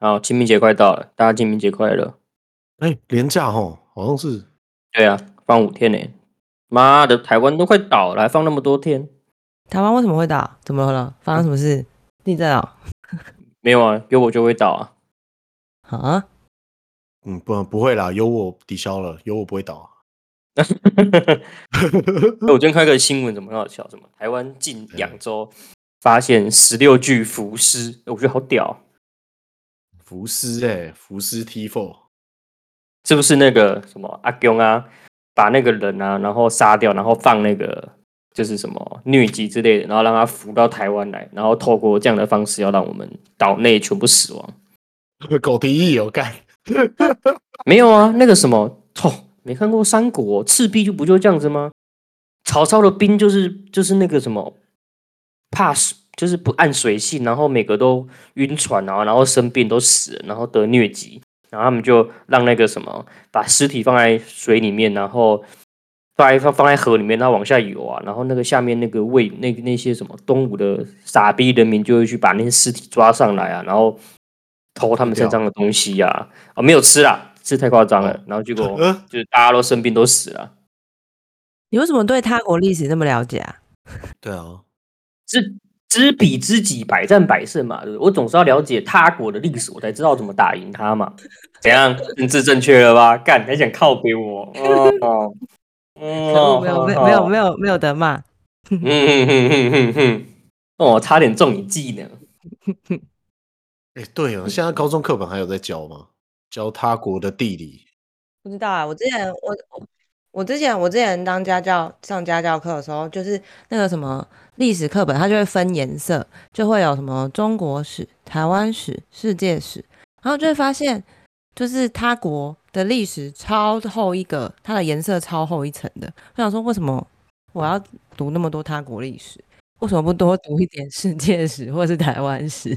好，清明节快到了，大家清明节快乐。哎、廉价吼，好像是对啊，放五天呢、妈的，台湾都快倒了，还放那么多天？台湾为什么会倒？怎么了？发生什么事？地震啊？没有啊，有我就会倒 啊。啊？嗯，不不会啦，有我抵消了，有我不会倒。哎我昨天看一个新闻，怎么很好笑？什么台湾近两周发现十六具浮尸，我觉得好屌，啊福斯哎、福斯 T Four， 是不是那个什么阿公啊，把那个人啊，然后杀掉，然后放那个就是什么疟疾之类的，然后让他浮到台湾来，然后透过这样的方式，要让我们岛内全部死亡。狗提议有干，没有啊，那个什么，哦，没看过三国，赤壁就不就这样子吗？曹操的兵就是就是那个什么，怕水，就是不按水性，然后每个都晕船啊，然后生病都死了，然后得疟疾，然后他们就让那个什么，把尸体放在水里面，然后放在放放在河里面，然后往下游啊，然后那个下面那个魏那那些什么东吴的傻逼人民就会去把那些尸体抓上来啊，然后偷他们身上的东西呀、啊，啊没有吃啦，吃太夸张了，然后结果呃，就是大家都生病都死了。你为什么对他国历史那么了解啊？对啊，知知彼知己，百战百胜嘛。对不对我总是要了解他国的历史，我才知道怎么打赢他 嘛。怎样，政治正确了吧？干，还想靠给我？哦，可哦恶，没有没有没有没有，有没有得骂。嗯哼哼哼哼，哦，差点中你啊计呢。哎、对哦，现在高中课本还有在教吗？教他国的地理，不知道啊，我之前我我我之前我之前当家教上家教课的时候，就是那个什么历史课本，它就会分颜色，就会有什么中国史、台湾史、世界史，然后就会发现，就是他国的历史超厚一个，它的颜色超厚一层的。我想说，为什么我要读那么多他国历史？为什么不多读一点世界史或是台湾史？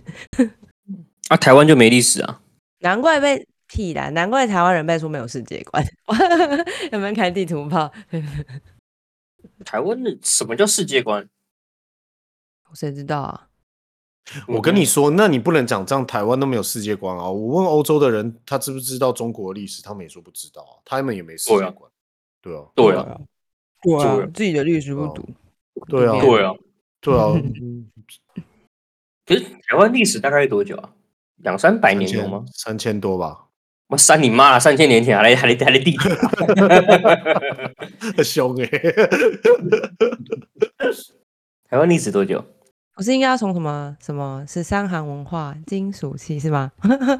啊，台湾就没历史啊？难怪被屁啦，难怪台湾人被说没有世界观。 有没有开地图炮？ 台湾的什么叫世界观？谁知道啊？我跟你说，那你不能讲这样，台湾都没有世界观啊！我问欧洲的人，他知不知道中国历史，他们也说不知道啊，他们也没世对界啊观。对啊，对啊，，对啊对啊自己的历史不不读读，对啊，对啊。对啊，嗯可是台湾历史大概多久啊？两三百三年有千吗？三千多吧，我三你妈了，三千年前还来还来还来地 主啊凶哎、 台湾历史多久？我是应该要从什么什么十三行文化金属器是吗？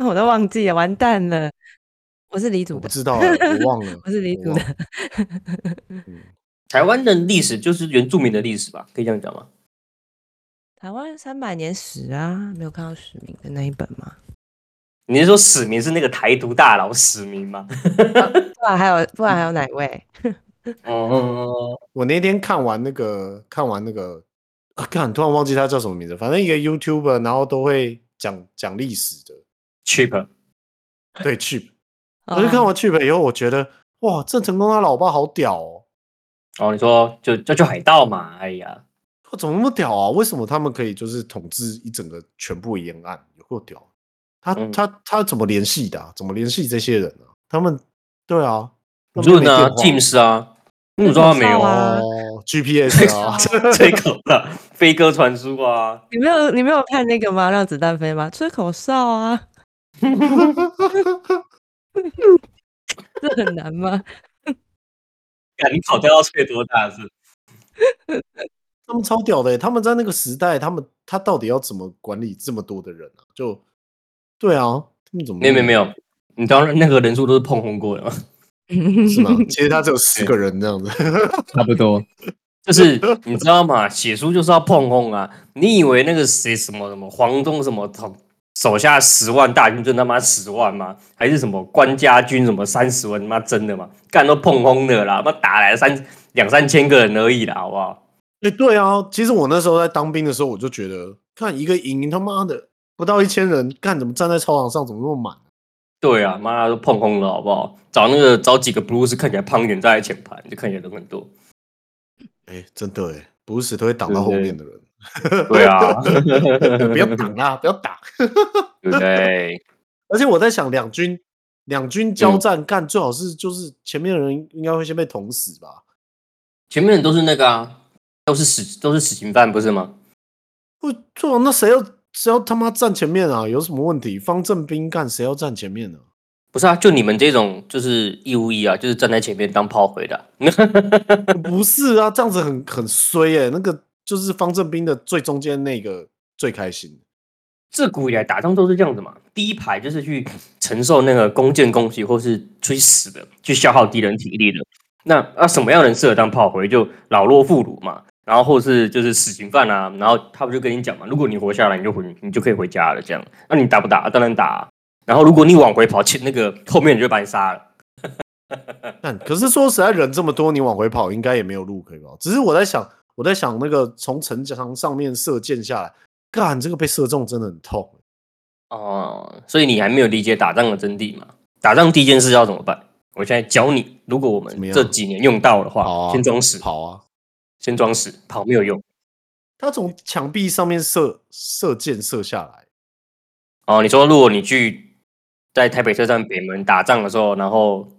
我都忘记了，完蛋了！我是黎我族不的，知道、啊，我忘了 ，我是黎族我忘了的，台湾的历史就是原住民的历史吧？可以这样讲吗？台湾三百年史啊，没有看到史明的那一本吗？你是说史明是那个台独大佬史明吗？嗯不然还有不然还有哪位？哦，我那天看完那个，看完那个，啊，看突然忘记他叫什么名字，反正一个 YouTuber，然后都会讲讲历史的， cheap，对 Chip，我就看哦完 Chip 以后，我觉得哇，郑成功他老爸好屌哦。哦，你说就就就海盗嘛？哎呀，我怎么那么屌啊？为什么他们可以就是统治一整个全部沿岸？有够屌！他、嗯他他怎么联系的、啊？怎么联系这些人啊？他们对啊，他们润没啊电话，James 啊，你怎么知道他没有 口罩啊啊？哦，GPS 啊，吹口哨，飞鸽传书啊，你没有你没有看那个吗？让子弹飞吗？吹口哨啊， 这很难 吗？干你口袋要吹多大是？ 他们超屌的欸、他们在那个时代，他们他到底要怎么管理这么多的人啊？就对啊，他们怎么没有没有没有，你当然那个人数都是碰红过的嘛， 有是吗？其实他只有十个人这样子， 差不多。就是你知道吗？写书就是要碰轰啊！你以为那个谁什么什么黄忠什么统手下十万大军真他妈十万吗？还是什么关家军什么三十万？他妈真的吗？干都碰轰的啦！他妈打来三两三千个人而已啦，好不好？哎、对啊，其实我那时候在当兵的时候，我就觉得，看一个营他妈的不到一千人，干怎么站在操场上怎么那么满？对啊，妈都碰轰了，好不好？找那个找几个 blues 看起来胖一点站在前排，就看起来人很多。哎、真的哎、不是死都会挡到后面的人。对啊，不要挡啊，不要挡！对不 对？啊而且我在想，两军两军交战，干、最好是就是前面的人应该会先被捅死吧？前面都是那个啊，都是死都是死刑犯，不是吗？不，对啊，那谁要谁要他妈站前面啊？有什么问题？方正兵干谁要站前面呢、 不是啊，就你们这种就是义务役啊，就是站在前面当炮灰的啊、 不是啊，这样子很很衰哎、那个就是方正兵的最中间那个最开心。自古以来打仗都是这样子嘛，第一排就是去承受那个弓箭攻击，或是去死的，去消耗敌人体力的。那啊，什么样的人适合当炮灰？就老弱妇孺嘛，然后或是就是死刑犯啊，然后他们就跟你讲嘛，如果你活下来，你就回，你就可以回家了。这样，那、你打不打？啊当然打啊、然后如果你往回跑，前那个后面人就把你杀了。但可是说实在，人这么多，你往回跑应该也没有路可以跑。只是我在想，我在想那个从城墙上面射箭下来，干这个被射中真的很痛。欸哦，所以你还没有理解打仗的真谛嘛？打仗第一件事要怎么办？我现在教你，如果我怎么们样这几年用到的话，跑啊先装死，跑啊！先装死，跑没有用。他从墙壁上面射射箭射下来，哦，你说如果你去在台北车站北门打仗的时候，然后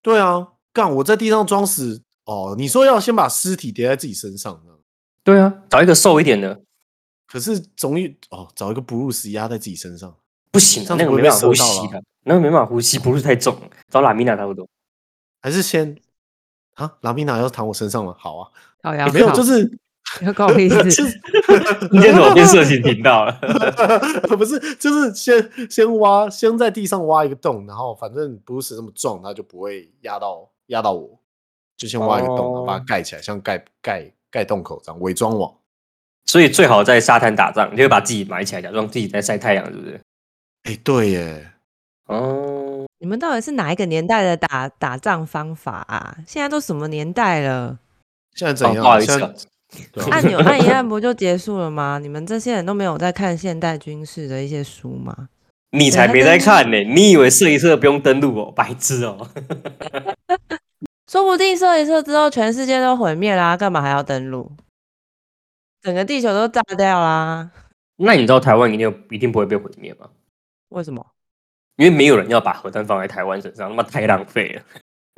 对啊，干我在地上装死哦。你说要先把尸体叠在自己身上，对啊，找一个瘦一点的可是总有哦找一个布鲁斯压在自己身上，不行、啊，这样那子个不会没被办法呼射到吸了的，那个没办法呼吸，不是太重了，找拉米娜差不多。还是先啊拉米娜要躺我身上吗？好啊，烤羊没有烤就是要搞我 屁就事。是你这怎么变色情频 道了？不是，就是先先挖，先在地上挖一个洞，然后反正不是那么重，它就不会压到压到我，就先挖一个洞，然后哦把它盖起来，像盖盖盖洞口这样，伪装网。所以最好在沙滩打仗，你就会把自己埋起来，假装自己在晒太阳，是不是？哎、对耶，哦，你们到底是哪一个年代的打打仗方法啊？现在都什么年代了？现在怎哦样？不好意思现在啊对啊按钮按一按不就结束了吗？你们这些人都没有在看现代军事的一些书吗？你才没在看呢、你以为射一射不用登录哦，白痴哦。说不定射一射之后，全世界都毁灭啦，干嘛还要登陆？整个地球都炸掉啦？ 那你知道台湾一定一定不会被毁灭吗？为什么？因为没有人要把核弹放在台湾身上，他妈太浪费了。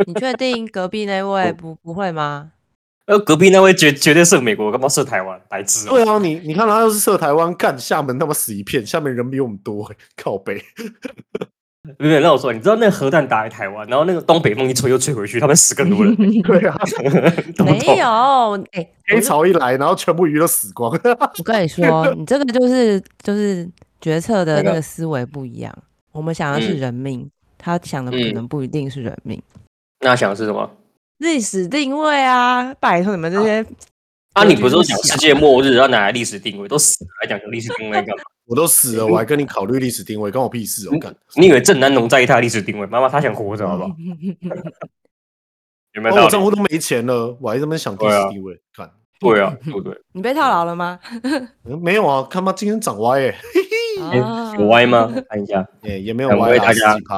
你确定隔壁那位不不会吗？呃，隔壁那位绝绝对是美国，干嘛是台湾？白痴、 对哦！啊，你你看他要是射台湾，干厦门他妈死一片，厦门人比我们多耶，靠北。没有让我说，你知道那个核弹打来台湾，然后那个东北风一吹又吹回去，他们死更多 人，对啊， 懂不没懂？有，哎、黑潮一来，然后全部鱼都死光。我跟你说，你这个就是就是决策的那那个个思维不一样。我们想的是嗯人命，他想的嗯可能不一定是人命。那想的是什么？历史定位啊，拜托你们这些、啊，你不是说讲世界末日，要拿来历史定位，都死了还讲究历史定位干嘛？ 我都死了，我还跟你考虑历史定位，关我屁事哦！干，你以为郑南农在意他的历史定位？妈妈，他想活着好 不好？有没有哦道我账理？户都没钱了，我还这么想历对啊史定位，看。对啊，对不对？你被套牢了吗？嗯没有啊，他妈今天涨歪 耶、啊诶哎有歪吗？我看一下。欸，也没有两歪位啦，大十家几趴。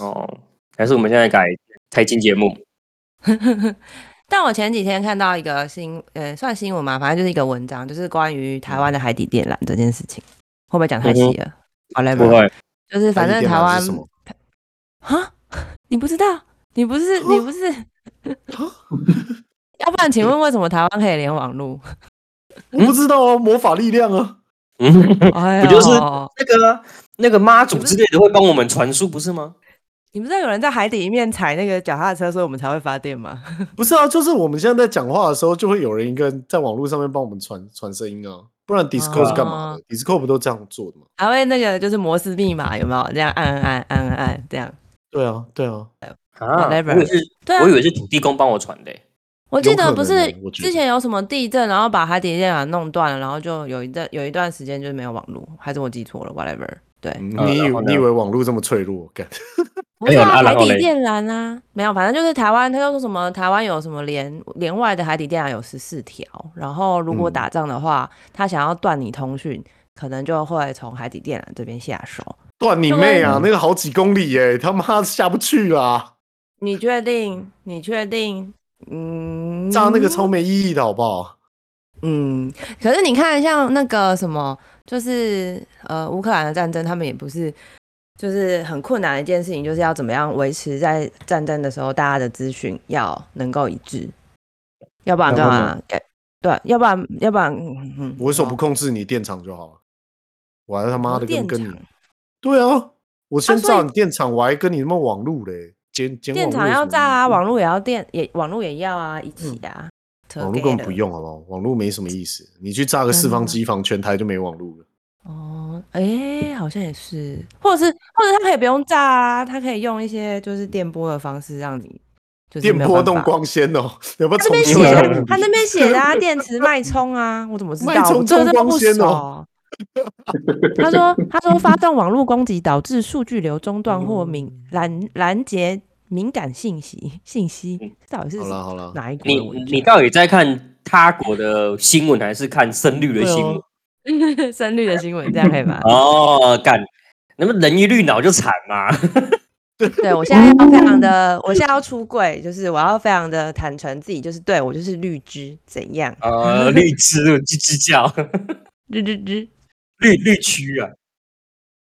哦，还是我们现在改财经节目？但我前几天看到一个新，呃，算新闻嘛，反正就是一个文章，就是关于台湾的海底电缆这件事情，会不会讲太细了？好嘞，不会，就是反正台海湾底电缆是什么啊，你不知道，你不是啊你 不是，要不然请问为什么台湾可以连 网路？我不知道啊，魔法力量啊，嗯，哎不就是呦那个啊那个妈祖之类的会帮我们传输，不是吗？你不知道有人在海底里面踩那个脚踏车，所以我们才会发电 吗？不是啊，就是我们现在在讲话的时候，就会有人一个人在网络上面帮我们传传声音啊，不然 Discord 是干嘛的、d 啊 i s c o 不都这样做的吗？还会那个就是摩斯密码有没有？这样按按按按按这样。对啊，对啊，啊，我 Whatever 以为是，对啊我以为是土地公帮我传的欸、我记有得可不能是欸我觉之得前有什么地震，然后把海底电缆弄断了，然后就有一段有一段时间就是没有网络，还是我记错了，whatever。对，嗯呃你以然后你以呢为网络这么脆弱？干，不哎是呦啊，啊然海后底嘞电缆啊，没有，反正就是台湾，他就说什么台湾有什么连连外的海底电缆有十四条，然后如果嗯打仗的话，他想要断你通讯，可能就会从海底电缆这边下手。断你就妹跟啊！那个好几公里耶、他妈下不去啦！你确定？你确定？嗯，炸那个超没意义的好不好？嗯，可是你看，像那个什么，就是呃，乌克兰的战争，他们也不是，就是很困难的一件事情，就是要怎么样维持在战争的时候，大家的资讯要能够一致，要不然干然后嘛？给对，要不然，要不然，嗯嗯，我为什么哦不控制你电厂就好了？我还他妈的跟电跟你厂？对啊，我先所以炸你电厂，我还跟你他妈网路嘞，剪剪电网厂路有要什么炸啊，意义网络也要电，也网络也要啊，一起嗯啊，网络根本 together 不用好不好？网络没什么意思，你去炸个真四的方机房，全台就没网路了。哦，哎、好像也是，或者是，或者他可以不用炸啊，他可以用一些就是电波的方式让你，就是电没有波办动法。光纤哦，有没有他那重边新写来的过， 他那边写的啊，电池脉冲啊，我怎么知脉道？我冲这冲个真的光不纤熟。哦他说，他说发动网络攻击导致数据流中断或哦敏拦拦截敏感信息信息，这到底是好啦好啦哪一国嗯你的文欸你到底在看他国的新闻，还是看深绿的新闻？章 深绿的新闻这样可以吗？哦，干，那么人一绿脑就惨嘛。 对我现在要非常的，我现在要出柜，就是我要非常的坦诚自己，就是对我就是绿枝怎样，呃， 绿枝吱吱叫，绿绿枝，绿绿区啊，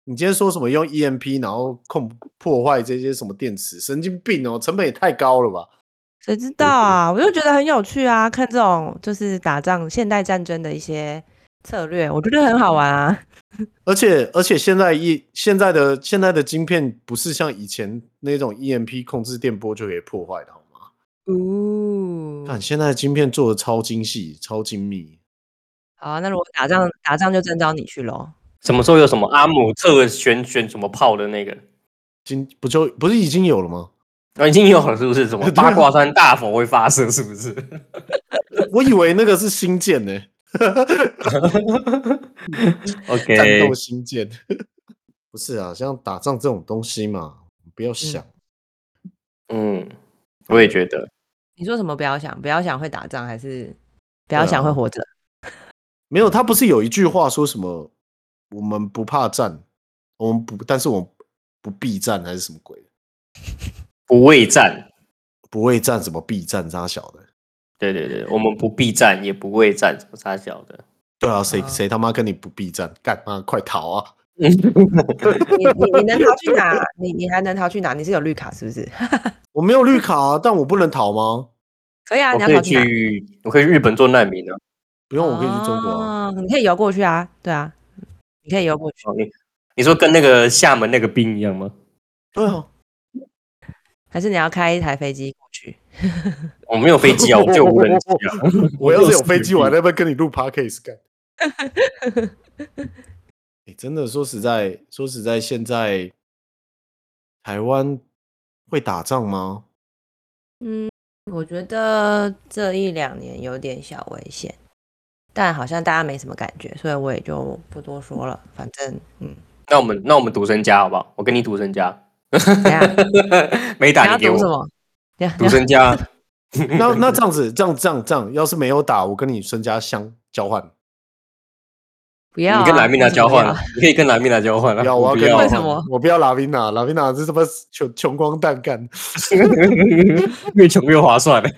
你今天说什么用 EMP 然后控破坏这些什么电池，神经病哦，成本也太高了吧？谁知道啊？我就觉得很有趣啊，看这种就是打仗现代战争的一些策略，我觉得很好玩啊。而且而且现在一现在的现在的晶片不是像以前那种 EMP 控制电波就可以破坏的好吗？哦看现在的晶片做的超精细、超精密，好啊，那如果打仗打仗就征召你去喽。什么时候有什么阿姆特选选什么炮的那个？今不就不是已经有了吗？ 啊，已经有了是不是？什么对啊八卦山大佛会发射是不是？我以为那个是新建呢、战 OK，斗新建。 不是啊，像打仗这种东西嘛，不要想。嗯，我也觉得，你说什么？不要想，不要想会打仗，还是不对要想会啊活着？ 没有，他不是有一句话说什么“我们不怕战，我们不，但是我们不避战”还是什么鬼的？不畏战，不畏战怎么避战？他小的。对对对，我们不避战，也不畏战，什么啥小的。对啊，谁啊谁他妈跟你不避战？干妈快逃啊！你你你能逃去哪？你你还能逃去哪？你是有绿卡是不是？ 我没有绿卡啊，但我不能逃吗？可以啊，我你要可逃以去哪？去，我可以去日本做难民啊。不用，我可以去中国啊。哦，你可以游过去啊，对啊，你可以游过去。哦你你说跟那个厦门那个兵一样吗？对啊，还是你要开一台飞机过去？我没有飞机啊，我就无人机啊。 我要是有飞机，我还在那边跟你录 podcast 干。 哎、真的说实在，说实在，现在台湾会打仗吗？嗯，我觉得这一两年有点小危险，但好像大家没什么感觉，所以我也就不多说 了。反正，嗯，那我们那我们赌身家好不好？我跟你赌身 家，怎样？没你打要你给赌什我么？你要赌身 家。那那这样子，这样这样这样，要是没有打，我跟你身家相交换，不要 啊？你跟莱米娜为什么交不换要啊，你可以跟莱米娜交换不啊。要，我要不跟要为你什么我不要拉维娜，拉维娜是他妈穷穷光蛋 干。越穷越划算。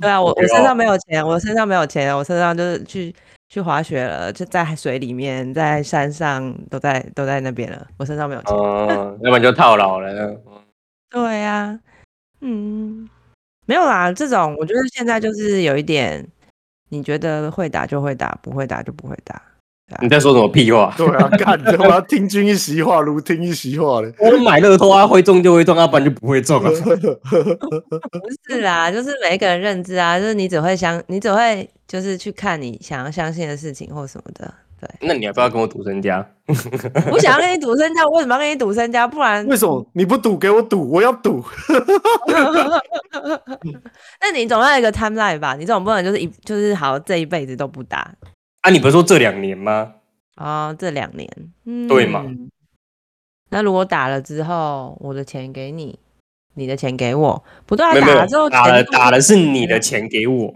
对啊，我不我身要上没有钱，我身上没有钱，我身上就是去去滑雪了，就在水里面，在山上，都在都在那边了。我身上没有 钱。哦，要不然就套牢了。对呀、嗯，没有啦，这种我觉得现在就是有一点，你觉得会打就会打，不会打就不会打。你在说什么屁话？对啊，干，我要听君一席话，如听一席话 嘞。我买乐透啊，会中就会中，要不然就不会中啊。嗯不是啦，就是每一个人 认知啊，就是你只会相，你只会就是去看你想要相信的事情或什么的。对对，那你要不要跟我赌身家？我想要跟你赌身家，我为什么要跟你赌身家？不然，为什么你不赌给我赌？我要赌。那你总要有一个 timeline 吧？你总不能就是一就是好这一辈子都不打啊，你不是说这两年吗？哦，这两年，嗯，对嘛？那如果打了之后，我的钱给你，你的钱给我，不对啊，没有没打了之有，后打了钱打了是你的钱给我，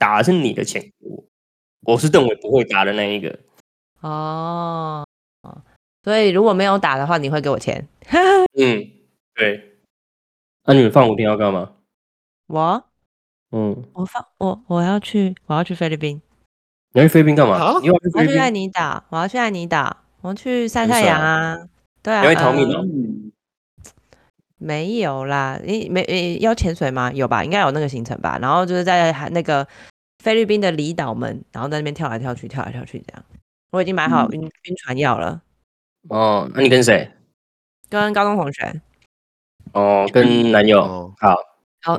打的是你的钱给我，我是认为不会打的那一个。哦，哦所以如果没有打的话，你会给我钱？嗯，对。那、你们放五天要干嘛？我嗯，我放我我要去我要去菲律宾，你要去菲律宾干嘛啊？你要去我菲要律去爱宾？尼岛，我要去爱尼岛，我要去晒很太爽阳啊，对啊，你要去逃命呃哦、没有啦，你没诶要潜水吗？有吧，应该有那个行程吧。然后就是在海那个菲律宾的离岛们，然后在那边跳来跳去，跳来跳去这样。我已经买嗯好晕晕船药了，哦，那你跟谁？跟高中同学，哦，跟男友。哦好，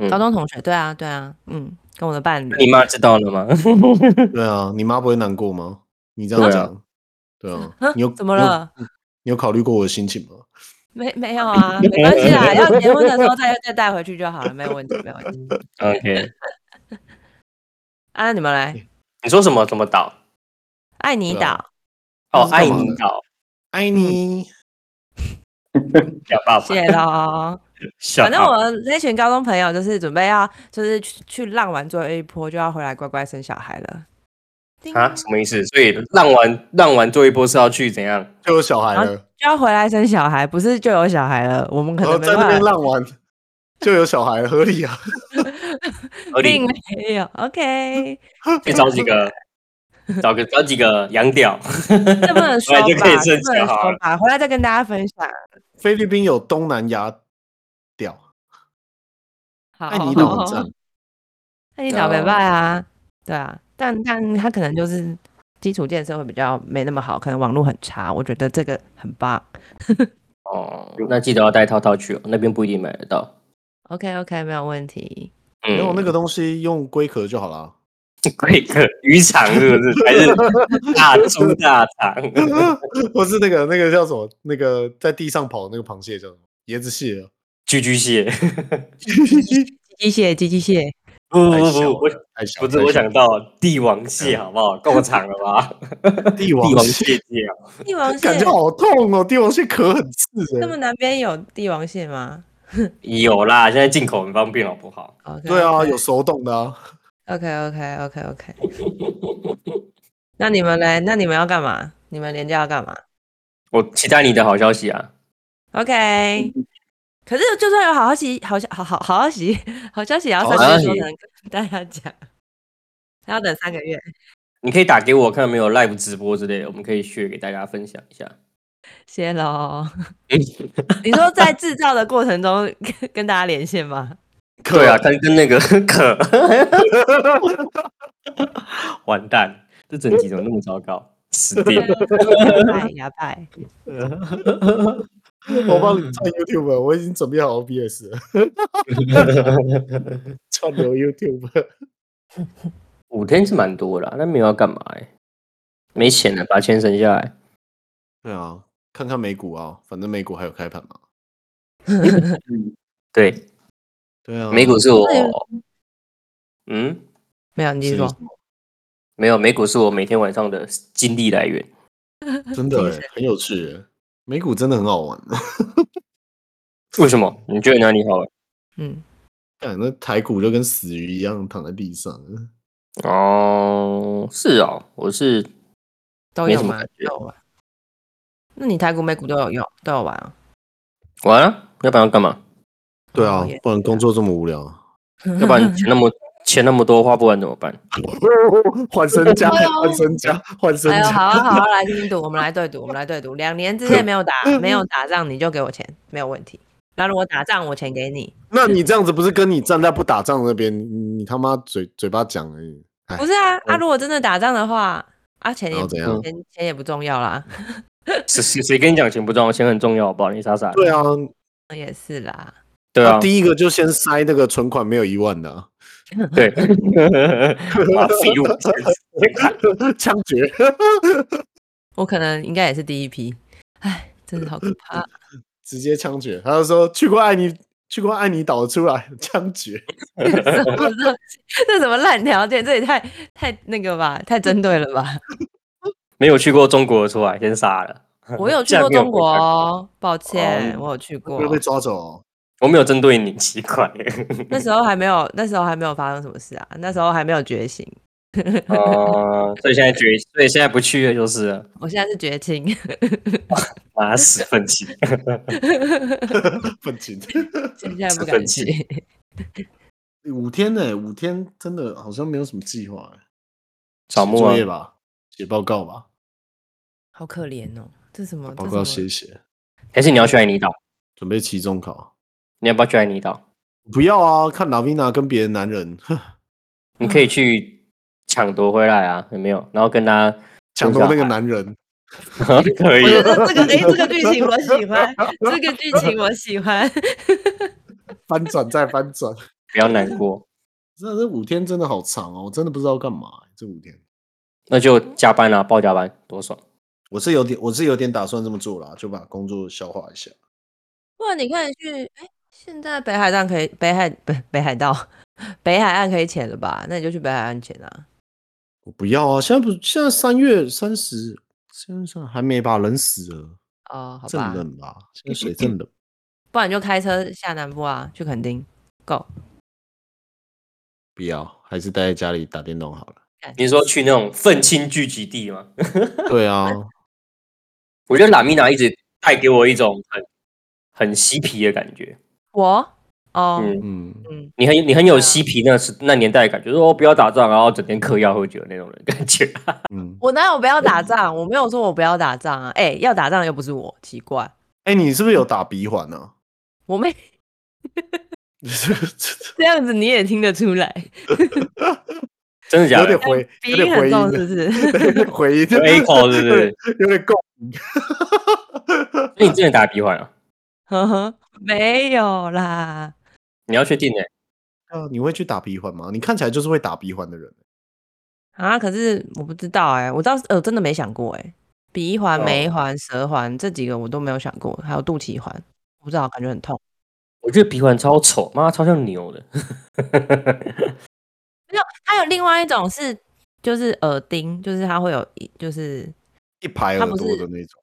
高嗯高中同学，对啊对啊，嗯，跟我的伴那你侣，妈知道了吗？ 对啊，你妈不会难过吗？你这样对啊讲，对啊 啊，你有怎么？了？你嗯有你有考虑过我的心情吗？没没有啊，没关系 啦，要结婚的时候再再带回去就好了，没有问题，没有问题。 OK，啊，你们来，你说什么？怎么岛？爱你对啊岛，哦，那爱是干嘛的你岛，爱嗯你，小爸爸谢，谢喽。小反正爸我爸们那群高中朋友就是准备要，就是去去浪完最后一波，就要回来乖乖生小孩了。叮啊，什么意思？所以浪完浪完做一波是要去怎样？就有小孩啊了，就要回来生小孩，不是就有小孩了？我们可然哦后能没在那边办法，浪完就有小孩了，合理啊。 合理并没有。OK， 去找几 个，找个找几个洋屌，这不能说回来吧，就可以这生不能小孩说了。吧，回来再跟大家分享。菲律宾有东南亚屌，好，爱你哦岛很赞，爱你岛没办啊，对啊，但但他可能就是基础建设会比较没那么好，可能网络很差。我觉得这个很棒。哦，那记得要带套套去哦，那边不一定买得到。 OK OK，没有问题。嗯，没有那个东西用龟壳就好啦。 贵客渔场是不是？还是大猪大肠？不是那个那个叫什么？那个在地上跑的那个螃蟹叫什么？椰子蟹啊。居居蟹？机械，机器蟹， 不太不小不，我了，太小不了。是，太我小想到帝王蟹，好不好？够长了吧？了帝帝王 王蟹，蟹蟹啊，帝王蟹感觉好痛哦！帝王蟹壳很刺那哎、么南边有帝王蟹吗有啦，现在进口很方便，好不好？ ？OK，对啊，有手动的啊。 OK OK OK OK。那你们嘞？那你们要干嘛？你们连假要干嘛我期待你的好消息啊！ ？OK。可是就算有好消息，好消好好好消息，好消息也要好三个月消说息能跟大家讲，还要等三个月。你可以打给我，看有没有 live 直播之类的，我们可以 share 给大家分享一下。谢 喽。你说在制造的过程中跟跟大家连 线吗？对啊，但跟那个 可，完蛋，这整集怎么那么糟糕？死定了！拜呀拜，我帮你串 YouTube，了我已经准备好 OBS 了，串流 YouTube。五天是蛮多啦，但没有要干嘛哎、没钱了，把钱省下来。对啊，看看美股啊，反正美股还有开盘嘛。对，对啊，美股是我那有，嗯，没有，你继续说。没有，美股是我每天晚上的精力来源。真的、听欸、很有趣、欸，美股真的很好玩。啊 为什么？你觉得哪里好玩？嗯，看哎那台股就跟死鱼一样躺在地上，啊哦，是哦，我是都没有什么吗感？觉都有吧。那你台股、美股都有用，都有玩啊？玩啊，要不然要干 嘛？对啊哦也，不然工作这么无聊，要不然钱那么钱那么多花不完怎么办？ 换身家，换身家，换身哎呦，家，好啊，好啊，来对赌，我们来对赌，我们来对赌。两年之内没有打，嗯没有打仗，你就给我钱，没有问题。那如果打仗，我钱给你。那你这样子不是跟你站在不打仗那边，你你他妈嘴嘴巴讲而已，哎哦不是啊，啊，如果真的打仗的话，啊，钱然也后怎样？钱钱也不重要啦，谁谁谁跟你讲钱不重要，钱很重要，好不好？你傻傻的。对啊，也是啦。对他啊，第一个就先塞那个存款没有一万的啊，对，啊，废物，枪决，我可能应该也是第一批。哎，真的好可怕！ 嗯直接枪决。他就说去过爱尼，去过爱尼岛的出来枪决。什么东西？ 这什么烂条件？这也太太那个吧，太针对 了吧？没有去过中国的出来，先杀了。我有去这样过没有中国回答哦，抱歉，哦我有去过会。被抓走、哦。我没有针对你，奇怪。那时候还没有，那时候还没有发生什么事啊，那时候还没有觉醒，哦，所以现在决，所以现在不去了就是了我现在是绝情。 妈死愤青。愤青。现在自不敢焚器去。 五天呢、五天真的好像没有什么计划、欸。扫写墓作啊业吧，写报告吧，好可怜哦，这什么？报这告什写么一写，还是你要去爱尼岛？准备期中考。你要不要去爱尼岛？不要啊！看拉维娜跟别的男人 你可以去抢夺回来啊，有没有？然后跟他抢分夺那享个啊男人， 可以我觉得这个哎、这个剧情我喜欢，这个剧情我喜欢。 翻转再翻转。不要难过，真的，这五天真的好长哦，我真的不知道干嘛欸、这五天，那就加班啊，报加班多爽。我是有点，我是有点打算这么做啦，就把工作消化一下。不然你看去，哎、现在北海岸可以，北海北北海道，北海岸可以潜了吧？那你就去北海岸潜啊。我不要啊！现在不，现在三月三十，现在还没吧？冷死了，哦，好正吧，冷吧？现在水 正冷。不然你就开车下南部啊，去垦丁。Go，不要，还是待在家里打电动好了。你是说去那种愤青聚集地吗？ 对 啊，我觉得拉米娜一直带给我一种很很嬉皮的感觉。我哦，嗯，嗯，嗯，你很你很有对啊嬉皮那时那年代的感觉，说哦不要打仗，然后整天嗑药喝酒那种人 感觉。嗯，我哪有不要打仗？我没有说我不要打仗啊。哎、要打仗又不是我，奇怪，哎、你是不是有打鼻环呢、啊？ 我没这样子你也听得出来，真的假有点的？回，鼻 有音点回很重音是不是？ 的， 有点回音的有 echo 是不是？有点够。那你真的打鼻环啊？呵呵，没有啦，你要确定哎、啊，你会去打鼻环吗？你看起来就是会打鼻环的人。啊，可是我不知道哎、我倒是呃真的没想过哎、鼻环、哦眉环、舌环这几个我都没有想过，还有肚脐环，我不知道，感觉很痛。我觉得鼻环超丑，妈超像牛的。还有另外一种是就是耳钉，就是它会有一就是一排他耳不朵是的那种，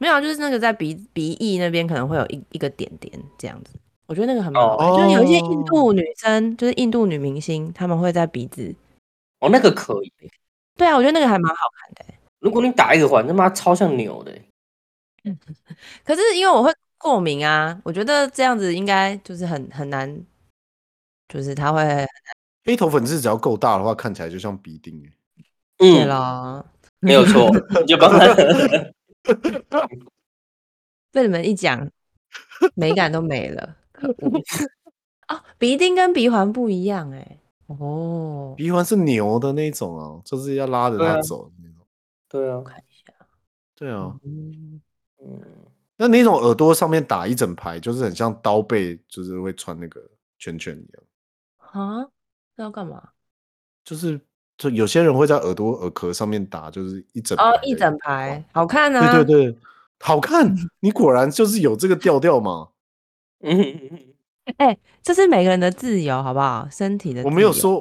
没有，啊就是那个在鼻鼻翼那边可能会有一一个点点这样子。我觉得那个很好玩哦就是有一些印度女生，就是印度女明星，她们会在鼻子。哦，那个可以。对啊，我觉得那个还蛮好看的欸、如果你打一个环，他妈超像牛的欸、可是因为我会过敏啊，我觉得这样子应该就是很很难，就是它会黑头粉刺只要够大的话，看起来就像鼻钉欸。对嗯，啦。没有错，你就帮他。被你们一讲，美感都没了。可嗯恶 哦，鼻钉跟鼻环不一样哎、哦，鼻环是牛的那种哦，就是要拉着对它啊走的那种。对啊我，看一下，对啊，嗯，嗯，那那种耳朵上面打一整排，就是很像刀背，就是会穿那个圈圈一样。啊，这要干嘛？就是就有些人会在耳朵耳壳上面打，就是一整哦排，一的整排，好看啊！对对对，好看，你果然就是有这个调调 嘛。 嗯，哎这是每个人的自由，好不好？身体的我自没有由，说，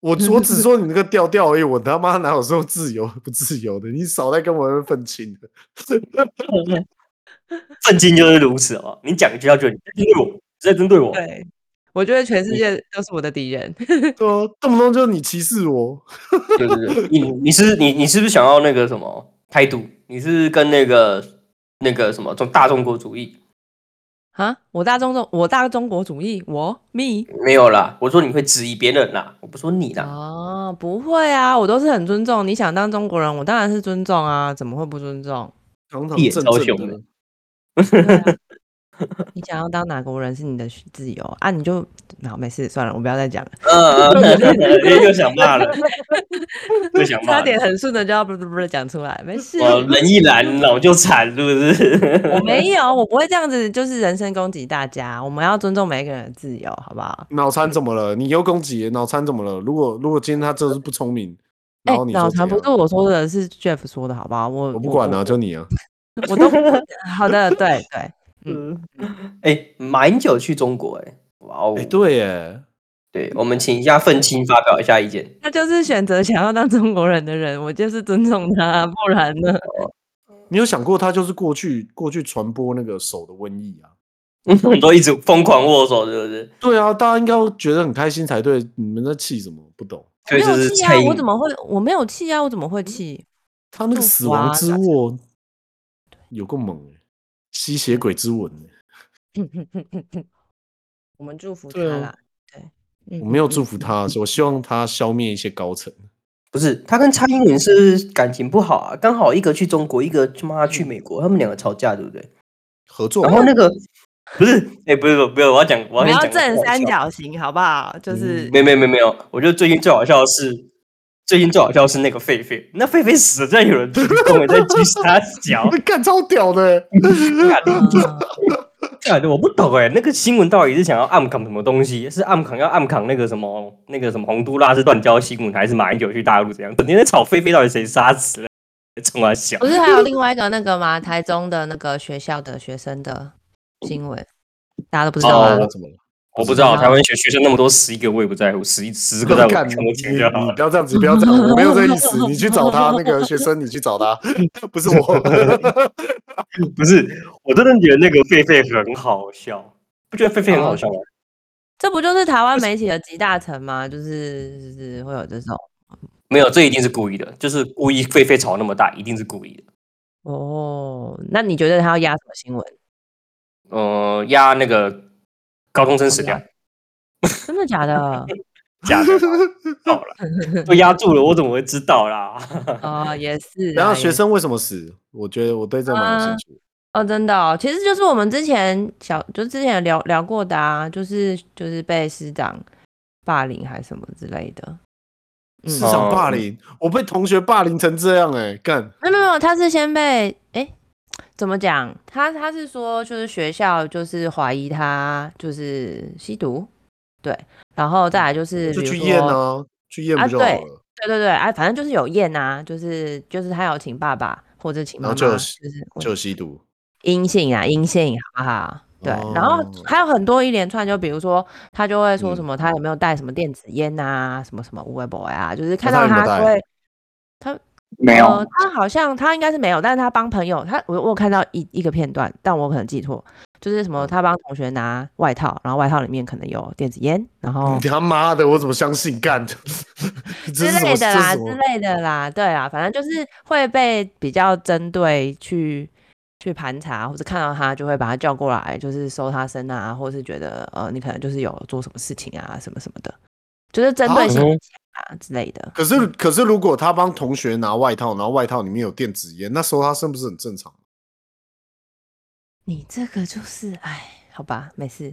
我我只说你那个调调而已，我他妈哪有说自由不自由的？你少在跟我们分清 了。震惊就是如此哦。你讲一句，他就你在针对我，你在针对我。对，我觉得全世界都是我的敌人。 对啊，动不动就你歧视我，对对对，你你是你你是不是想要那个什么态度？你是跟那个那个什么中大中国主义啊！我大中中，我大中国主义，我 me 没有啦？我说你会质疑别人啦，我不说你啦。啊，不会啊，我都是很尊重。你想当中国人，我当然是尊重啊，怎么会不 尊重？堂堂也正超正雄的的。对啊你想要当哪国人是你的选自由啊，你就好没事，算了，我不要再讲了。 嗯嗯， 又想骂了，又想骂差了。点很顺的就要不不不讲出来，没事，我人一懒，脑就馋，是不我是？ 没有，我不会这样子，就是人身攻击大家。我们要尊重每一个人的自由，好不好？脑残怎么了？你又攻击脑残怎么了？如果如果今天他真的是不聪明，然哎后，你脑说残怎不是样我说的，是 Jeff 说的，好不好？我我不管啊，我就你啊，我都好的，对对， 嗯，哎，马英九去中国，哎，哇哦，哎，对耶，对，我们请一下愤青发表一下意见。 他就是选择想要当中国人的人，我就是尊重他，不然呢？你有想过他就是过去过去传播那个手的瘟疫啊？很多一直疯狂握手，是不是？对啊，大家应该会觉得很开心才对，你们在气什么？不懂。所我没以这有是气蔡啊，英我怎么会？我没有气啊，我怎么会气？他那个就死亡滑之下去握有够猛哎、吸血鬼之吻欸、我们祝福他对啊啦，对，我没有嗯祝福他，我希望他消灭一些高层。不是他跟蔡英文是感情不好啊，刚好一个去中国，一个他妈去美国，他们两个吵架，对不对？合作然嘛，后那个不是，哎、不是不是，不是，我要讲，我不要要先讲正个三搞笑角形，好不好？就是没有没有没有没有，我觉得最近最好笑的是，最近最好笑的是那个狒狒，那狒狒死了，居然有人去跟我在 狙杀脚，干超屌的欸、干啊干我不懂哎、那个新闻到底是想要暗扛什么东西？是暗扛要暗扛那个什么那个什么洪都拉斯断交新闻，还是马英九去大陆怎样？整天在吵狒狒到底谁杀死了？冲啊笑不！是还有另外一个那个吗？台中的那个学校的学生的新闻，大家都不知道哦吗？啊，怎么了？我不知道台湾学学生那么多，十一个我也不在乎，十一十个在我干你全部钱就好你了。不要这样子，不要这样，我没有这意思。你去找他那个学生，你去找他， 不是 我。 不是，我真的觉得那个狒狒很好笑，不觉得狒狒很好笑吗？这不就是台湾媒体的集大成吗？就是就是会有这种没有，这一定是故意的，就是故意狒狒吵那么大，一定是故意的。哦。那你觉得他要压什么新闻？呃，压那个高中生死掉，真的假的？假 的啦，好了，都压住了，我怎么会知道啦？ 哦，也是啊。然后学也生为什么死？我觉得我对这蛮有兴趣的。哦，真的哦，其实就是我们之前小，就之前有聊聊过的啊，就是就是被师长霸凌还什么之类的。嗯，市长场霸凌，我被同学霸凌成这样，哎，干，没有没有，他是先被哎，怎么讲？他他是说，就是学校就是怀疑他就是吸毒，对，然后再来就是就比如去说验啊，去验啊不就好对了？对对对，哎、反正就是有验啊，就是就是他有请爸爸或者请然妈妈，后就有是就吸毒，阴性啊，阴性，好不好？对，然后哦还有很多一连串，就比如说他就会说嗯什么，他有没有带什么电子烟啊，什么什么无为 boy 啊，就是看那到他有没有他就带会，他没呃，他好像他应该是没有，但是他帮朋友，他我我有看到一一个片段，但我可能记错，就是什嗯么他帮同学拿外套，然后外套里面可能有电子烟，然后你他妈的，我怎么相信？干， 这之是什类么？这的是啦，什之么？类的啦，对啦，反正就是会被比较针对去去盘查，或者看到他就会把他叫过来，就是搜他身啊，或是觉得呃你可能就是有做什么事情啊，什么什么的，就是针对性哦啊很强啊之类的。可是可是，如果他帮同学拿外套，然后外套里面有电子烟，那时候他是不是很正常？你这个就是哎，好吧，没事，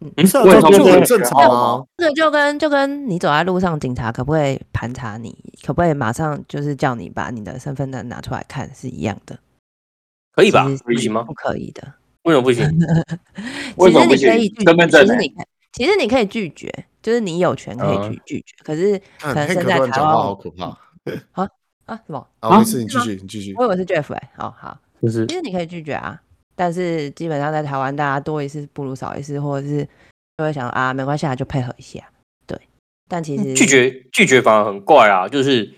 嗯是啊，我也这样差不就多很正常啊。这个就跟就跟你走在路上，警察可不可以盘查你，可不可以马上就是叫你把你的身份证拿出来看是一样的，可可以吧？不行吗不？可以的。为什么不行？其为实什么不你可行以拒绝，身份其证实呢你可以其实你可以拒绝，就是你有权可以嗯拒、拒绝。可是可看能 Hank 现突在然台讲话好湾可怕啊什么？啊！没事，你继续，你继续。我以为是 Jeff 哎、哦好，就是其实你可以拒绝啊，但是基本上在台湾，大家多一事不如少一事，或者是就会想啊没关系啊，就配合一下。对，但其嗯实拒绝拒绝反而很怪啊，就是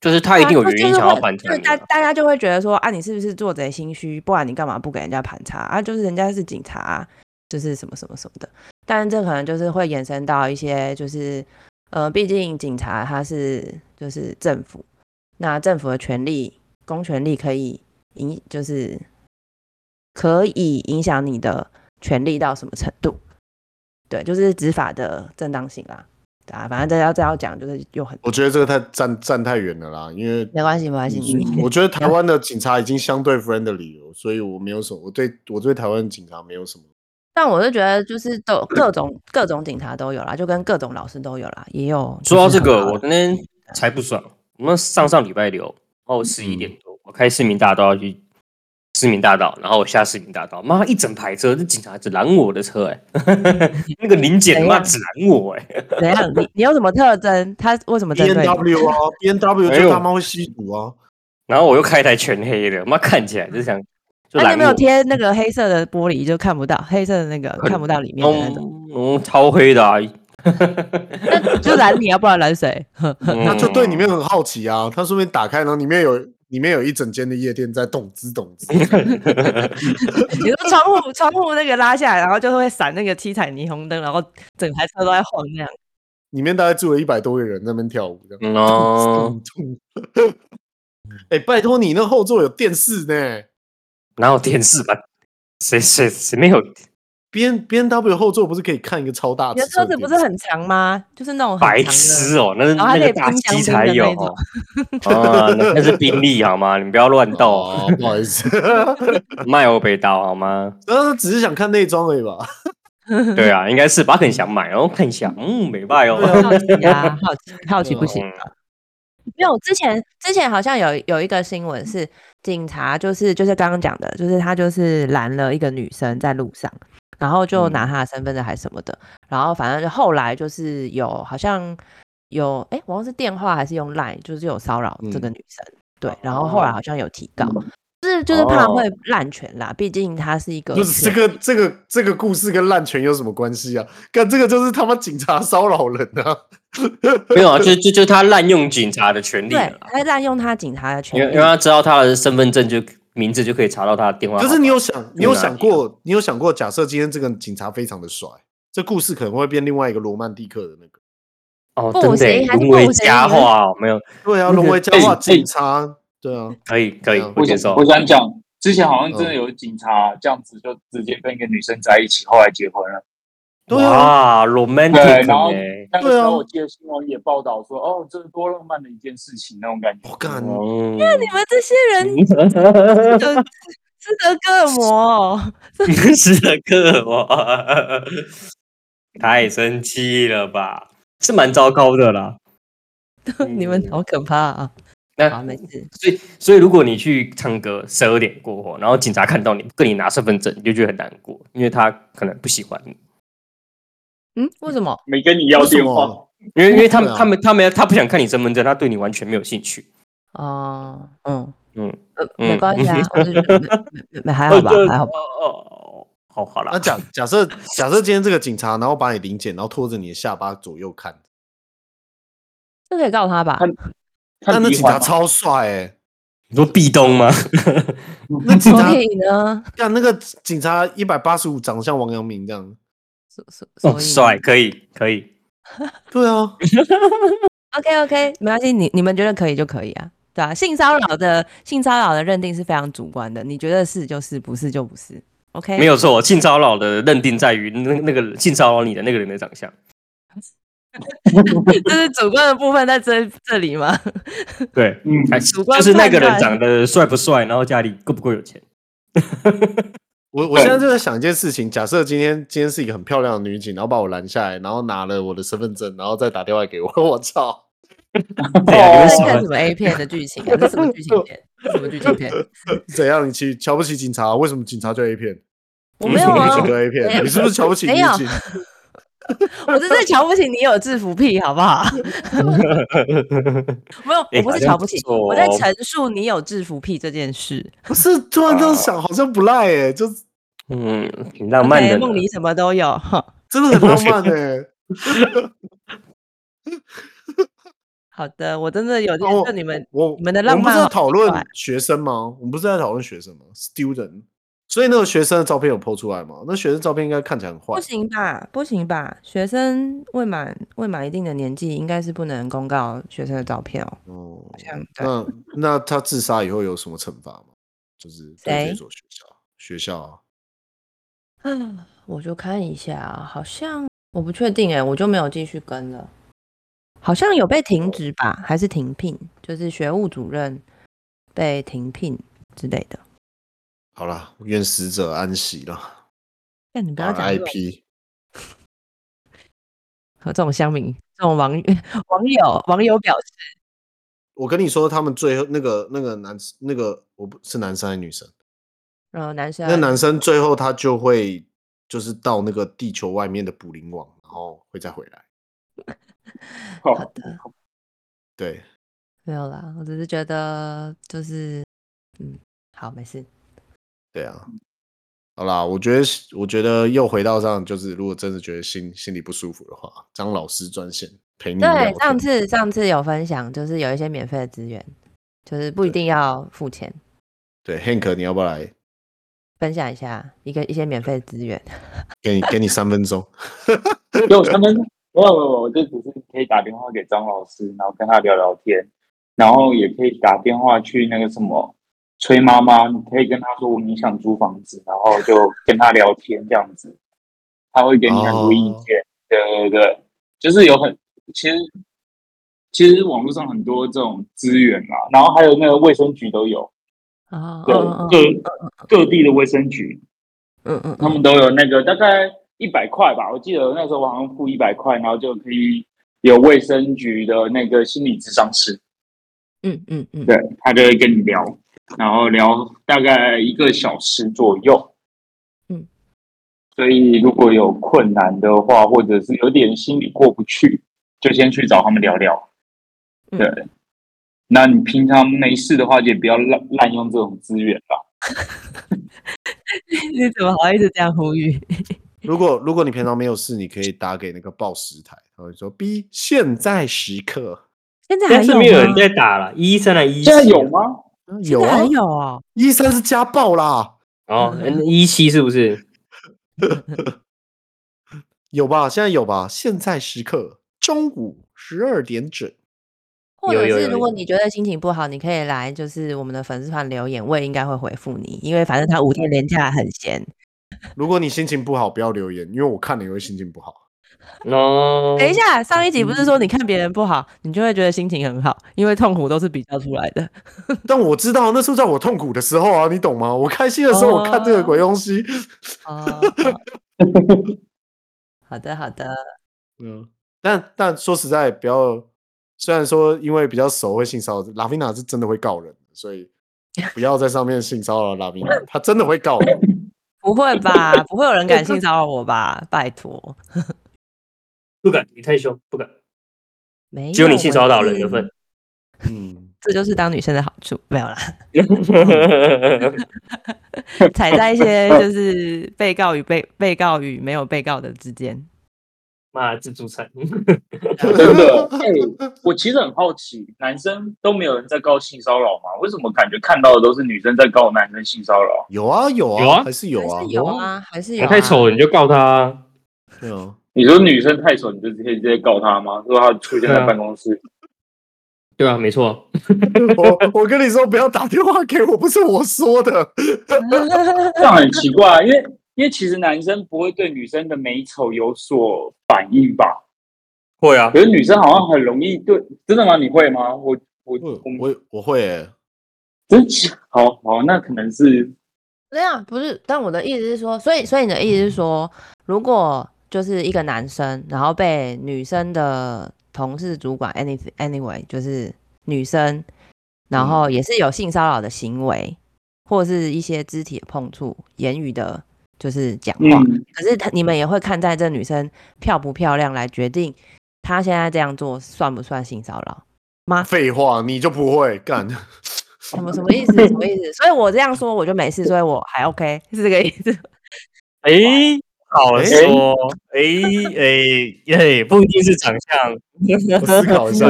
就是他一定有对啊原因就是想要会反就弹是大你。大家就会觉得说啊，你是不是做贼心虚？不然你干嘛不给人家盘查啊？就是人家是警察、啊就是什么什么什么的。但是这可能就是会延伸到一些，就是呃，毕竟警察他是就是政府，那政府的权利、公权力可以影，就是可以影响你的权利到什么程度？对，就是执法的正当性啦。对啊，反正这要这要讲，就是又很我觉得这个太站站太远了啦，因为没关系，没关系。你嗯我觉得台湾的警察已经相对 friendly 了，所以我没有什么，我对我对台湾的警察没有什么。但我是觉得，就是都各种各种警察都有啦，就跟各种老师都有啦，也有。说到这就是很个，好啊我今天嗯才不爽。我们上上礼拜六，哦，十一点多，我开市民大道要去市民大道，然后下市民大道，妈一整排车，这警察只拦我的车、欸， 那个临检怎妈样只拦我、欸，哎，怎样？你你有什么特征？他为什么 B 针 N 对你？ W 啊，B N W 没有就他妈会吸毒啊，然后我又开一台全黑的，妈看起来就想就那啊哎拦你有没我有，贴那个黑色的玻璃就看不到，黑色的那个看不到里面的那种，嗯嗯，超黑的、啊，嗯那就拦你啊，不然拦谁？ 他那就对嗯里面很好奇啊，他顺便打开，然后里面有里面有一整间的夜店在动滋动滋， 你说窗户窗户那个拉下来，然后就会闪那个七彩霓虹灯，然后整台车都在晃啊那样。里面大概住了一百多个人在那边跳舞这样。嗯哦，痛痛。 哎、拜托你那后座有电视呢哪有电视吧？谁谁谁没有？ ，B N B N W 后座不是可以看一个超大你尺的车寸子的电视？不是很长吗？就是那种 很白长的 痴哦、那是然后还那可个以大冰箱机冰才的有那哦、啊，那那是宾利好 吗？你不要乱斗、哦，不好意思， 卖欧北刀好吗？然后只是想看内装而已吧。对啊，应该是吧，很想买，然后看一下，嗯，美败哦。对啊好奇啊，好奇好奇嗯不行吗？没有，之前之前好像有有一个新闻是警察，就是就是刚刚讲的，就是他就是拦了一个女生在路上，然后就嗯拿她的身份证还是什么的，然后反正就后来就是有好像有哎，我忘了是电话还是用 Line，就是有骚扰嗯这个女生，对，然后后来好像有提告，就是就是怕哦会滥权啦，毕竟她是一个不是这权个这个这个故事跟滥权有什么关系啊？干这个就是他妈警察骚扰人啊！ 没有啊，就就就他滥用警察的权利了对，啦，她滥用她警察的啊因为权因利为，他知道他的身份证就名字就可以查到他的电话号可码。是你有想，你哪有里想啊过，你有想过，假设今天这个警察非常的帅，这故事可能会变另外一个罗曼蒂克的那个。哦，不真的行耶还是沦为不啊行佳话哦，没有，对啊，那沦个为佳话哎警察。对啊，可以可以，嗯我接受想我。想讲，之前好像真的有警察这样子，就直接跟一个女生在一起，后来结婚了。对啊，哇对然，romantic 后耶那个对时啊候我记得新闻也报道说，哦，这是多浪漫的一件事情那种感觉。我干，嗯，啊你们这些人们的斯德哥尔摩、哦， 是的课我太生气了吧？是蛮糟糕的 啦。你们嗯好可怕啊！那好，没事，所以，所以如果你去唱歌十二点过后，然后警察看到你，不跟你拿身份证，你就觉得很难过，因为他可能不喜欢你，嗯，为什么？没跟你要为什电么话，？因为因为他们、对啊他们他们他不想看你身份证，他对你完全没有兴趣。哦，嗯嗯呃，没嗯关系啊，我就觉得没没没还好 吧，还好吧。哦，好好啦那，假假设假设今天这个警察，然后把你临检，然后拖着你的下巴左右看，这可以告他吧？看但看那鼻警察环嘛。超帅哎、你说壁咚吗？ 那警所察以呢？干那个警察一百八十五，长得像王阳明这样。所所所哦，以呢帅，可以可以，对啊， OK OK，没关系，你你们觉得可以就可以啊，对啊，性骚扰的性骚扰的认定是非常主观的，你觉得是就是，不是就不是。OK，没有错。性骚扰的认定在于那那个性骚扰你的那个人的长相。 这是主观的部分在这这里吗？对，嗯，哎主观就是那个人判断长得帅不帅，然后家里够不够有钱。我我现在就在想一件事情，假设今天今天是一个很漂亮的女警，然后把我拦下来，然后拿了我的身份证，然后再打电话给我， 我操！对啊，你为这是什看什么？么 A 片的剧情啊？这什么剧情片？这什么剧情片？怎样？你瞧瞧不起警察？为什么警察叫 A 片？我没有啊女警，叫 A 没有片，你是不是瞧不起女没有警？ 我只是瞧不起你有制服癖，好 不好？没有，哎我不好像是瞧不起不，错我在哦陈述你有制服癖这件事。不是，突然这样想，好像不赖哎、就是嗯，挺浪漫的 OK，呢。梦里什么都有。哼真的很浪漫哎、好的，我真的有哦天就你们我你们的我浪不是漫在好讨奇怪论学生吗？我们不是在讨论学生吗？Student，所以那个学生的照片有 PO 出来吗？那学生照片应该看起来很坏不。行吧？不行吧？学生未满未满一定的年纪，应该是不能公告学生的照片哦。哦，好像对，那那他自杀以后有什么惩罚吗？就是对谁这所学校，学校啊、啊 我就看一下啊，好像我不确定哎，我就没有继续跟了。好像有被停职吧，还是停聘？就是学务主任被停聘之类的。好啦，愿死者安息啦。但你不要讲这种 RIP，和这种乡民、这种网 网友网友表示，我跟你说，他们最后那个那个男那个我不是男生还是女生？呃，男生那男生最后他就会就是到那个地球外面的捕灵网，然后会再回来。好 哦，的对，没有啦，我只是觉得就是嗯，好，没事。对啊。好啦，我觉得是，我觉得又回到上，就是如果真的觉得心心里不舒服的话，张老师专线陪你聊对，天上次上次有分享，就是有一些免费的资源，就是不一对定要付钱，对 Hank，你要不要来？分享一下一个一些免费的资源。给你给你三分钟。 给我三分钟。没有没有，我就只是可以打电话给张老师，然后跟他聊聊天，然后也可以打电话去那个什么崔妈妈，你可以跟她说我你想租房子，然后就跟她聊天这样子，他会给你很多意见。对对对，就是有很其实其实网络上很多这种资源嘛，然后还有那个卫生局都有，哦，对哦哦各各地的卫生局嗯嗯他嗯，们都有那个大概一百块吧，我记得那时候我好像付一百块，然后就可以有卫生局的那个心理咨商师，嗯嗯嗯，对他就会跟你聊，然后聊大概一个小时左右。嗯，所以如果有困难的话，或者是有点心里过不去，就先去找他们聊聊。嗯对，那你平常没事的话，也不要滥滥用这种资源啦。 你怎么好意思这样呼吁？ 如果如果你平常没有事，你可以打给那个报时台，他会说 B 现在时刻。现在还但是有没有人吗在打了，一三来一现在有？吗？嗯现有在啊还，有哦，一三是家暴啦，哦，一七是不是？有吧？现在有吧？现在时刻中午十二点整。或有者有是有如果有你觉得心情不好，你可以来就是我们的粉丝团留言，我也应该会回复你，因为反正他五天连假很闲。如果你心情不好，不要留言，因为我看了也会心情不好。哦，等一，下，上一集不是说你看别人不好，你就会觉得心情很好，因为痛苦都是比较出来的。但我知道那是在我痛苦的时候啊，你懂吗？我开心的时候，我看这个鬼东西。哦， 好的好的，啊嗯，但但说实在，不要。虽然说因为比较熟会性骚扰，拉菲娜是真的会告人，所 以不要在上面性骚扰拉菲娜，她真的会告人。 不会吧？不会有人敢性骚扰我吧？拜托，不敢，你太凶，不敢，没啊只有你我性骚扰人是的 份。嗯，这就是当女生的好处，没有啦，对 踩在一些就是被告与被被告与没有被告的之间。骂自助餐， 真的，哎、我其实很好奇，男生都没有人在告性骚扰吗？为什么感觉看到的都是女生在告男生性骚扰？有啊有啊，有啊还是有啊还是有啊，还是有、你啊。哎太丑了你就告他啊。对啊， 你说女生太丑，你就直接直接告她吗？说她出现在办公室，对啊，没错，我我跟你说，不要打电话给我，不是我说 的。这样很奇怪、啊因为因为其实男生不会对女生的美丑有所反应吧？会啊可，是女生好像很容易对，真的吗？你会吗？我我我我们我我会、欸，真假好好，那可能是对啊，不是，但我的意思是说，所以所以你的意思是说，如果就是一个男生，然后被女生的同事、主管，any anyway，就是女生，然后也是有性骚扰的行为，或是一些肢体的碰触、言语的，就是讲话。嗯，可是他你们也会看待这女生漂不漂亮来决定她现在这样做算不算性骚扰？废话，你就不会 干。什么什么意思？什么意思？所以我这样说我就没事，所以我还 OK，是这个意思吗。 哎，好哎说，哎哎哎，不一定是长 相，我思考一 下，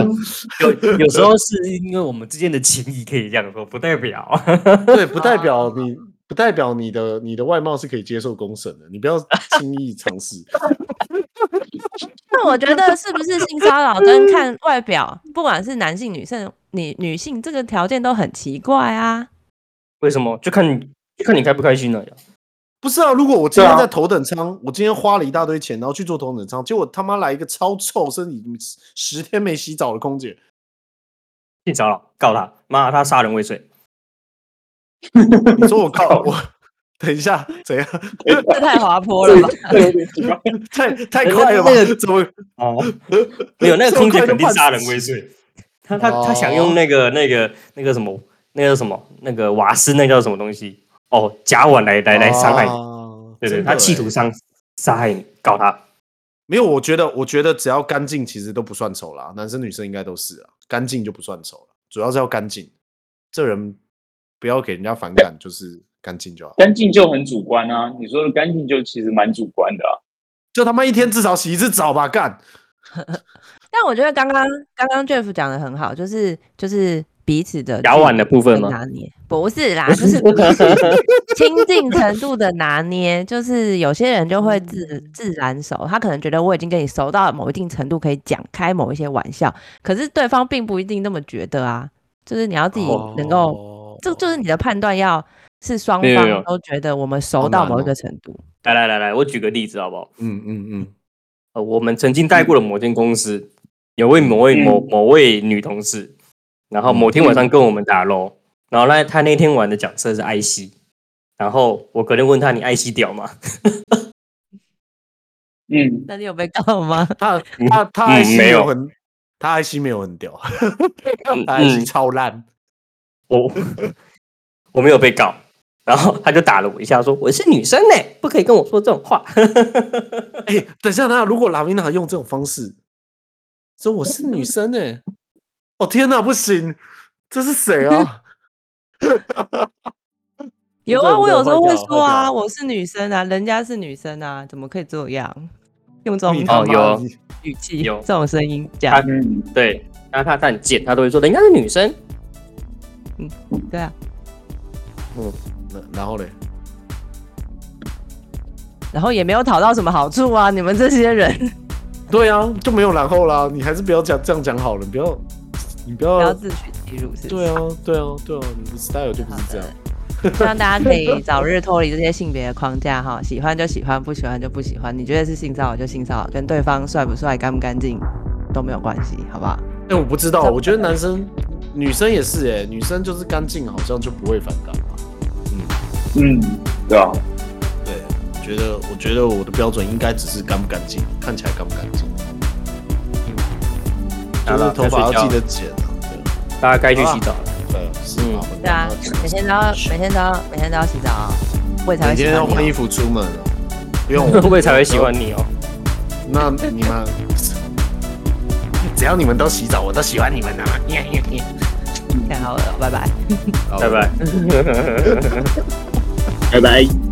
有有时候是因为我们之间的情谊可以这样说，不代表对，不代表你，不代表你的你的外貌是可以接受公审的，你不要轻易尝试。那我觉得是不是性骚扰跟看外表，不管是男性、女性、女女性，这个条件都很奇怪啊。为什么，就看你就看你开不开心了呀。不是啊，如果我今天对啊在头等舱，我今天花了一大堆钱，然后去做头等舱，结果他妈来一个超臭、身体十天没洗澡的空姐，性骚扰告他，骂他杀人未遂，你说我 靠我。 等一下，怎样？这太滑坡了吧？这这有点奇怪。太太快了吧？那个怎么？哦，没有那个空姐肯定杀人未这么遂，他他他想用那个那个那个什么那个什么那个瓦斯那叫什么东西，哦假碗来来来伤害你，哦对啊对，真他的企欸图伤杀害你，告他。没有，我觉得，我觉得只要干净，其实都不算丑啦。男生女生应该都是啊，干净就不算丑了，主要是要干净。这人不要给人家反感，就是干净就好。干净就很主观啊。你说的干净就其实蛮主观的啊。就他妈一天至少洗一次澡吧，干。但我觉得刚刚刚刚 Jeff 讲的很好，就是就是彼此的夹距碗离的部分跟吗拿捏不 是啦，就是彼此亲近程度的拿捏，就是有些人就会嗯自自然熟，他可能觉得我已经跟你熟到某一定程度，可以讲开某一些玩笑，可是对方并不一定那么觉得啊，就是你要自己能够，哦这就是你的判断要是双没有没有方都觉得我们熟好到难某一哦个程度，来来来来，我举个例子好不好？嗯嗯嗯，呃，我们曾经带过的某间公司，有位某位某嗯某位女同事，然后某天晚嗯上跟我们打 LO，然后那她那天玩的角色是艾希，然后我可能问她你艾希屌吗？嗯，那你有被告吗？他 他他嗯爱惜没有很，他爱惜没有很屌，嗯 他爱惜嗯超烂。 我我没有被告，然后她就打了我一下，说我是女生呢、不可以跟我说这种话。 哎，等一下，那如果拉米娜用这种方式说我是嗯女生哎、哦天哪，不行，这是谁啊？有这啊，种我都有时候坏会掉说坏啊，掉我是女生啊，人家是女生啊，怎么可以这样？用这种你哦他妈有啊你语气、有这种声音他讲，嗯，对，然后她她很贱，她都会说人家是女生，对啊。嗯那然后嘞，然后也没有讨到什么好处啊，你们这些人对啊，就没有然后啦。你还是不要讲这样讲好了，你不要，你不不要要，自取其辱，是不是？呃对啊，对啊，对啊，你的 style 就不是这样。希望大家可以早日脱离这些性别的框架哈，喜欢就喜欢，不喜欢就不喜欢。你觉得是性骚扰就性骚扰，跟对方帅不帅、干不干净都没有关系，好不好？哎、我不知道，真的我觉得男生、女生也是哎、女生就是干净，好像就不会反感吧。嗯，对啊，对，我觉得，我觉得我的标准应该只是干不干净，看起来干不干净。就好是了头发啊该睡觉要记得剪啊。大家该去洗澡了。对对，是嗯啊，对啊，每天都要每天都要每天都要洗澡、啊，胃才每会喜天欢要你哦换衣服出门啊了，不用 会不会才会喜欢你哦？那你们，只要你们都洗澡，我都喜欢你们的、啊。太好了，拜拜。好拜拜。拜拜。